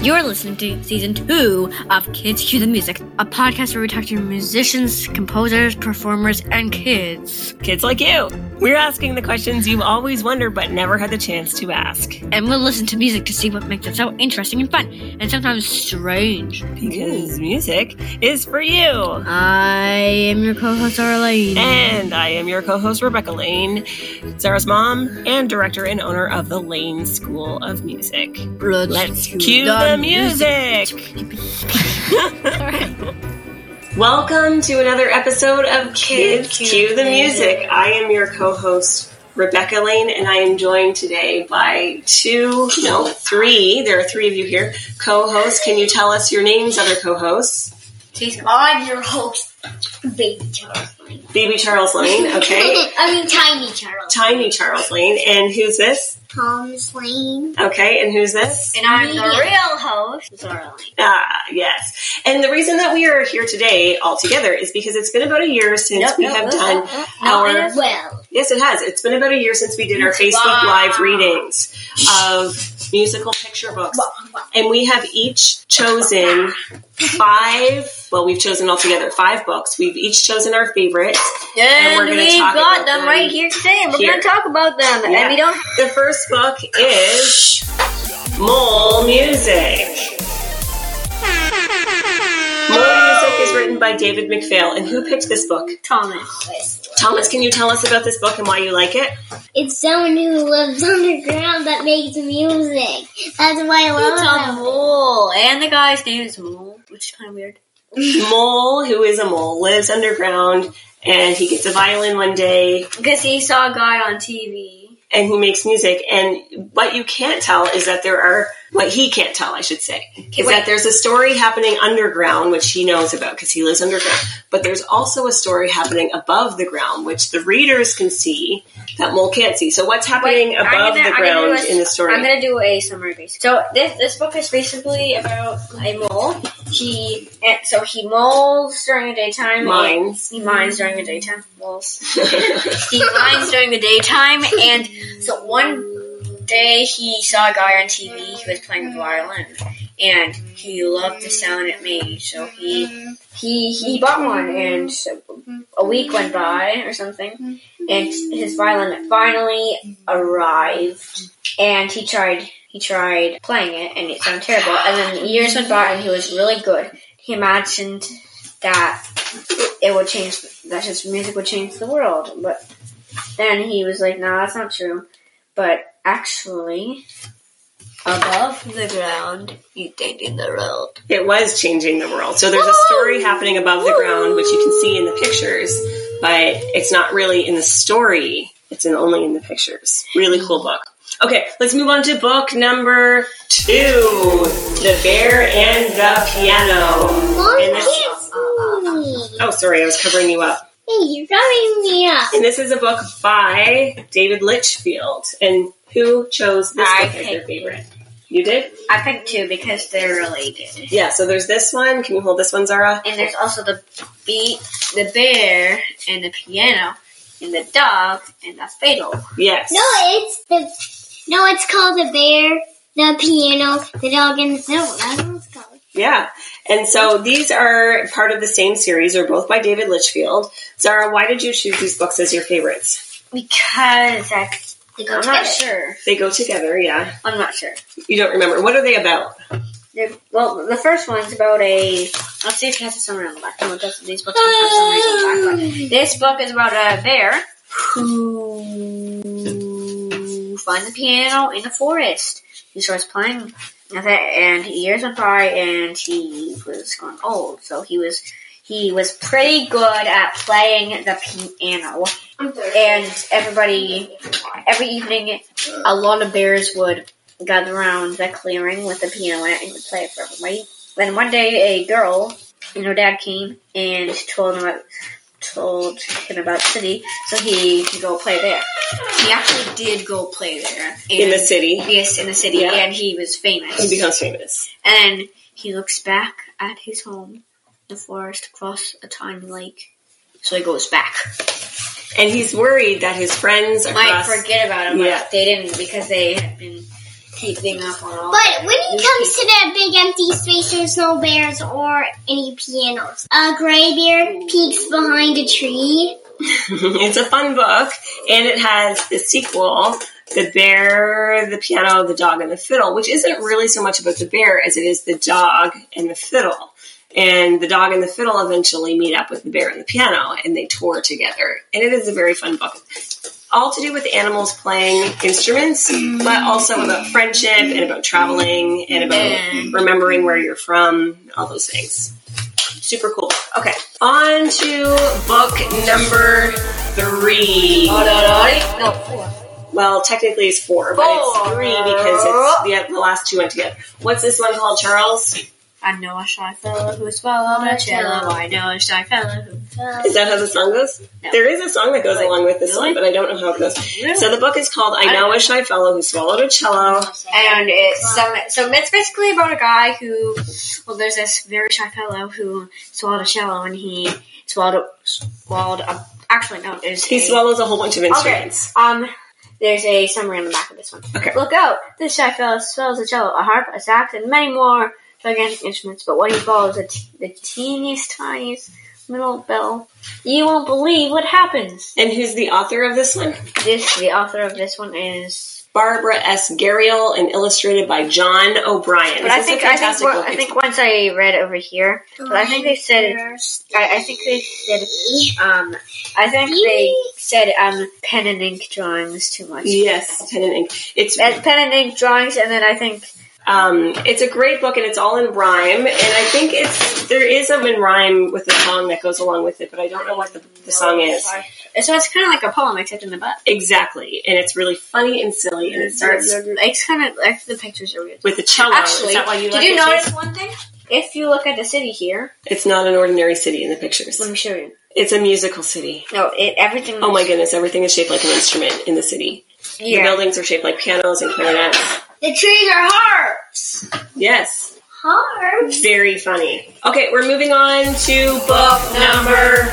You're listening to season two of Kids Cue the Music, a podcast where we talk to musicians, composers, performers, and kids. Kids like you. We're asking the questions you've always wondered but never had the chance to ask. And we'll listen to music to see what makes it so interesting and fun, and sometimes strange. Because music is for you. I am your co host, Arlene. And I am your co host, Rebecca Lane, Sarah's mom and director and owner of the Lane School of Music. Let's cue the music. Welcome to another episode of Kids Cue Cue the Music. I am your co-host Rebecca Lane, and I am joined today by two, no, three. There are three of you here. Co-hosts, can you tell us your names, other co-hosts? I'm your host, Baby Charles Lane. Baby Charles Lane, okay. I mean, Tiny Charles. Tiny Charles Lane, and who's this? Thomas Lane. Okay, and who's this? And I'm the real host, Zora Lane. Ah, yes. And the reason that we are here today all together is because it's been about a year since we have done our well. Yes, it has. It's been about a year since we did our Facebook Wow. Live readings of musical picture books. And we have each chosen five, well, we've chosen altogether five books. We've each chosen our favorites. And we're And gonna we talk about got them them right here today, and we're here. going to talk about them. Yeah. And we don't. The first book is Mole Music. Mole Music is written by David McPhail. And who picked this book? Thomas. Thomas, can you tell us about this book and why you like it? It's someone who lives underground that makes music. That's why I It's a love them. mole, Oh, and the guy's name is Mole, which is kind of weird. mole who is a mole lives underground and he gets a violin one day Because he saw a guy on TV. and he makes music and what you can't tell is that there are what he can't tell i should say is wait. that there's a story happening underground which he knows about because he lives underground but there's also a story happening above the ground which the readers can see that mole can't see so what's happening Wait, I'm above gonna- the I'm gonna ground do a- in the story I'm gonna do a summary basically. So this this book is basically about a mole. He and so he moles during the daytime. Mines. He mines during the daytime. Moles. he mines during the daytime, and so one day he saw a guy on TV. He was playing the violin, and he loved the sound it made. So he he he bought one, and so a week went by or something, and his violin finally arrived. And he tried he tried playing it, and it sounded terrible. And then years went by, and he was really good. He imagined that it would change that his music would change the world, but then he was like, "No, that's not true." But actually, above the ground, you changing the world. It was changing the world. So there's a story happening above the ground, which you can see in the pictures, but it's not really in the story. It's in only in the pictures. Really cool book. Okay, let's move on to book number two, The Bear and the Piano. And this- uh, Mom, kiss me. oh, sorry, I was covering you up. Hey, you're covering me up. And this is a book by David Litchfield. And who chose this I book as their picked it. favorite? You did? I picked two because they're related, Yeah, so there's this one. Can you hold this one, Zara? and there's also the beat, the bear, and the piano, and the dog, and the fiddle. Yes. No, it's the no. It's called the bear, the piano, the dog, and the fiddle. That's what it's called. Yeah. And so these are part of the same series. They're both by David Litchfield. Zara, why did you choose these books as your favorites? Because I, They go I'm together. not sure. They go together, yeah. I'm not sure. You don't remember. What are they about? They're- Well, the first one's about a. Let's see if it has a summary on the back. No, it doesn't. These books don't have summaries on the back. Oh. Ah! But this book is about a bear who finds a piano in a forest. He starts playing with it, and years went by, and he was grown old. So he was he was pretty good at playing the piano, and everybody every evening a lot of bears would gather around the clearing with the piano in it and would play it for everybody. Then one day a girl and her dad came and told him about, told him about the city so he could go play there. He actually did go play there. In the and- city. Yes, in the city, Yeah. and he was famous. He becomes famous. And he looks back at his home, the forest across a tiny lake. So he goes back. And he's worried that his friends Might across forget about him. Yeah. but They didn't because they had been keeping up on all. But when it comes to that big empty space, there's no bears or any pianos. A gray bear peeks behind a tree. it's a fun book, and it has the sequel, The Bear, the Piano, the Dog, and the Fiddle, which isn't really so much about the bear as it is the dog and the fiddle. And the dog and the fiddle eventually meet up with the bear and the piano, and they tour together. And it is a very fun book. All to do with animals playing instruments, but also about friendship and about traveling and about remembering where you're from, all those things super cool. Okay, on to book number three. Oh, no, no, no, four. Well, technically it's four, but it's Four. three because it's yeah, the last two went together. What's this one called, Charles? I know a shy fella who swallowed a cello. I know a shy fella who. Is that how the song goes? No. There is a song that goes Wait, along with this really? one, but I don't know how it goes. Really? So the book is called "I I Know don't a Shy Fellow Who Swallowed a Cello." And it's so, so it's basically about a guy who, well, there's this very shy fellow who swallowed a cello and he swallowed a, swallowed a, actually no, there's He a, swallows a whole bunch of instruments. Um, there's a summary on the back of this one. Okay. Look out! This shy fellow swallows a cello, a harp, a sax, and many more gigantic instruments. But when he follows the, t- the teeniest, tiniest little bell, you won't believe what happens. And who's the author of this one? This the author of this one is. Barbara S. Gariel and illustrated by John O'Brien. But This I is a think I think fantastic one- book. I think once I read over here, but I think they said I, I think they said um I think they said um pen and ink drawings too much. Yes, pen and ink. It's Uh, Pen and ink drawings, and then I think Um, it's a great book and it's all in rhyme. And I think it's there is a in rhyme with the song that goes along with it, but I don't know what the, the song is So it's kind of like a poem, except in the butt. exactly. And it's really funny and silly, and it starts It's kind of like the pictures are weird. with the cello. Oh, is Actually, that why you did like you it, notice Chase? one thing? If you look at the city here, It's not an ordinary city in the pictures. let me show you. It's a musical city. No, it everything. Oh my goodness, everything is shaped like an instrument in the city. The Yeah. buildings are shaped like pianos and clarinets. The trees are harps. Yes. Harps? Very funny. Okay, we're moving on to book number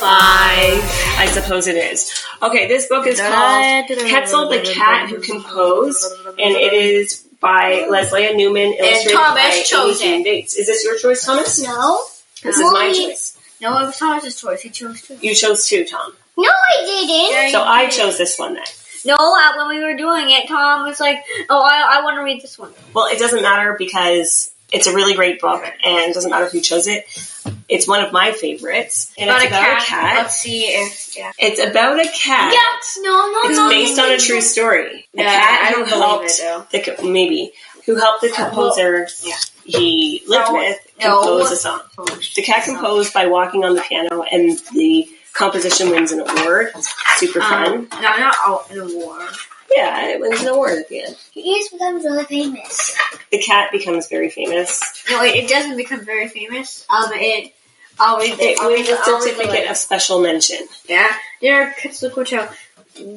five. I suppose it is. Okay, this book is called Quetzal the Cat Who Composed, and it is by Leslie Newman, illustrated Thomas by Amy chose Jean Bates. Is this your choice, Thomas? No. This is my Mommy. choice. No, it was Thomas's choice. He chose two. You chose two, Tom. No, I didn't. So I chose this one then. No, uh, when we were doing it, Tom was like, "Oh, I, I want to read this one." Well, it doesn't matter because it's a really great book, and it doesn't matter who chose it. It's one of my favorites, and it's about a cat. Let's see if yeah. It's about a cat. Yeah. No, no, It's no. based no, on a no. true story. A Yeah, cat I who don't believe helped it, though. the co- maybe who helped the composer yeah. he lived No, with Oh, no. compose a song. The cat composed by walking on the piano, and the composition wins an award. Super Um, fun. no, not all in the war. Yeah, it wins an award at the end. Your ears become really famous. The cat becomes very famous. No, it, it doesn't become very famous. Um, it. I'll read the. It I'll read wins the- a I'll read the certificate letter. of special mention. Yeah, dear Kitsu Hotel,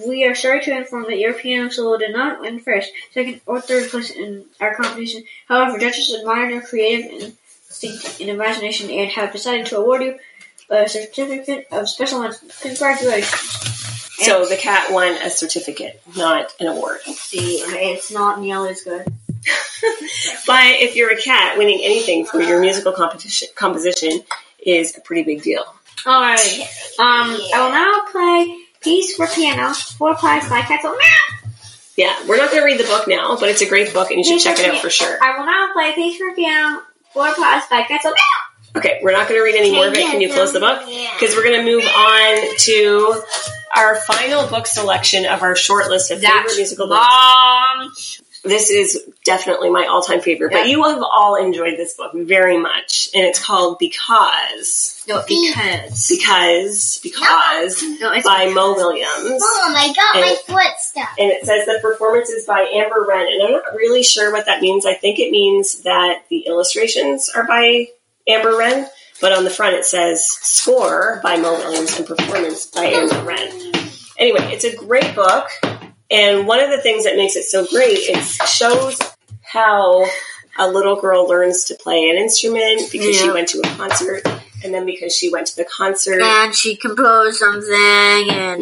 we are sorry to inform that your piano solo did not win first, second, or third place in our competition. However, judges admired your creative instinct and imagination and have decided to award you a certificate of special mention. Congratulations. So the cat won a certificate, not an award. See, it's not nearly as good. But if you're a cat, winning anything for your musical competition composition is a pretty big deal. Alright, um, I will now play Piece for Piano, Four Pies by Quetzal. Yeah, we're not going to read the book now, but it's a great book and you should check it out for sure. I will now play Piece for Piano, Four Pies by Quetzal. Okay, we're not going to read any more of it. Can you close the book? Because we're going to move on to our final book selection of our short list of favorite musical books. Mom. This is definitely my all time favorite, Yeah. but you have all enjoyed this book very much. And it's called Because. No, because. Because. Because. No, it's By Mo Williams. Mom, I got my foot stuck. and it says the performance is by Amber Wren. And I'm not really sure what that means. I think it means that the illustrations are by Amber Wren, but on the front it says score by Mo Williams and performance by Amber Wren. Anyway, it's a great book. And one of the things that makes it so great is shows how a little girl learns to play an instrument because she Yeah. went to a concert and then because she went to the concert, And she composed something, and,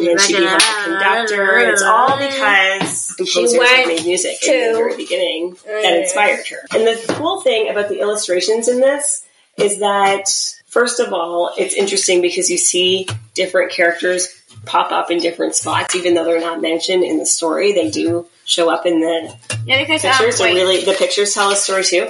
and then she became a conductor. And it's all because composers that went made music in to- the very beginning that inspired her. And the cool thing about the illustrations in this is that, first of all, it's interesting because you see different characters pop up in different spots, even though they're not mentioned in the story. They do show up in the Yeah, because um, pictures. wait, They really the pictures tell a story too.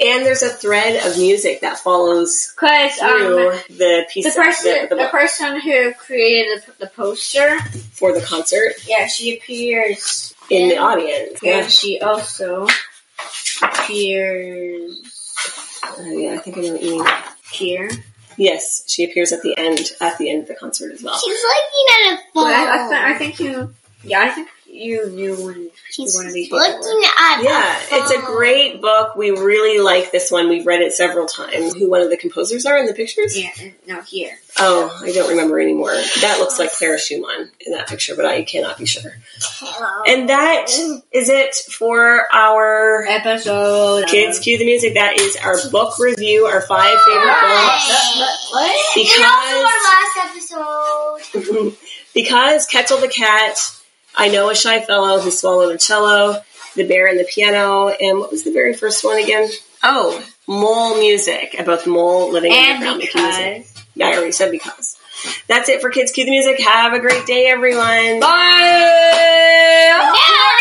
And there's a thread of music that follows 'cause, through um, the piece the of- person, the, the, the book person who created the, the poster, for the concert yeah, she appears, in the Yeah. audience. Yeah. and she also appears Oh, yeah, I think I know what you mean. here. Yes, she appears at the end at the end of the concert as well. She's looking at a phone. But I, I, th- I think you, yeah, I think you knew when you She's wanted these people. were. looking at Yeah, a phone. it's a great book. We really like this one. We've read it several times. Who one of the composers are in the pictures? Yeah, and- no, here. Oh, I don't remember anymore. That looks like Clara Schumann in that picture, but I cannot be sure. And that is it for our Episode. kids cue the music. That is our book review, our five favorite books. What? And also Because our last episode. because Ketzel the cat, I know a shy fellow who swallowed a cello, the bear and the piano, and what was the very first one again? Oh, mole music about the mole living in the And ground making music. because. Yeah, I already said because. That's it for Kids Cue the Music. Have a great day, everyone. Bye!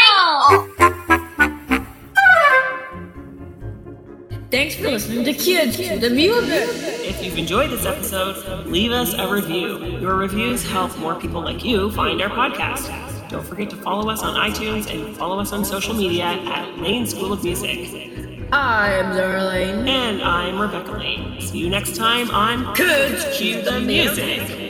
No! Thanks for listening to Kids to the Music. If you've enjoyed this episode, leave us a review. Your reviews help more people like you find our podcast. Don't forget to follow us on iTunes and follow us on social media at Lane School of Music. I'm Darlene. And I'm Rebecca Lane. See you next time on Kids Cue the Music.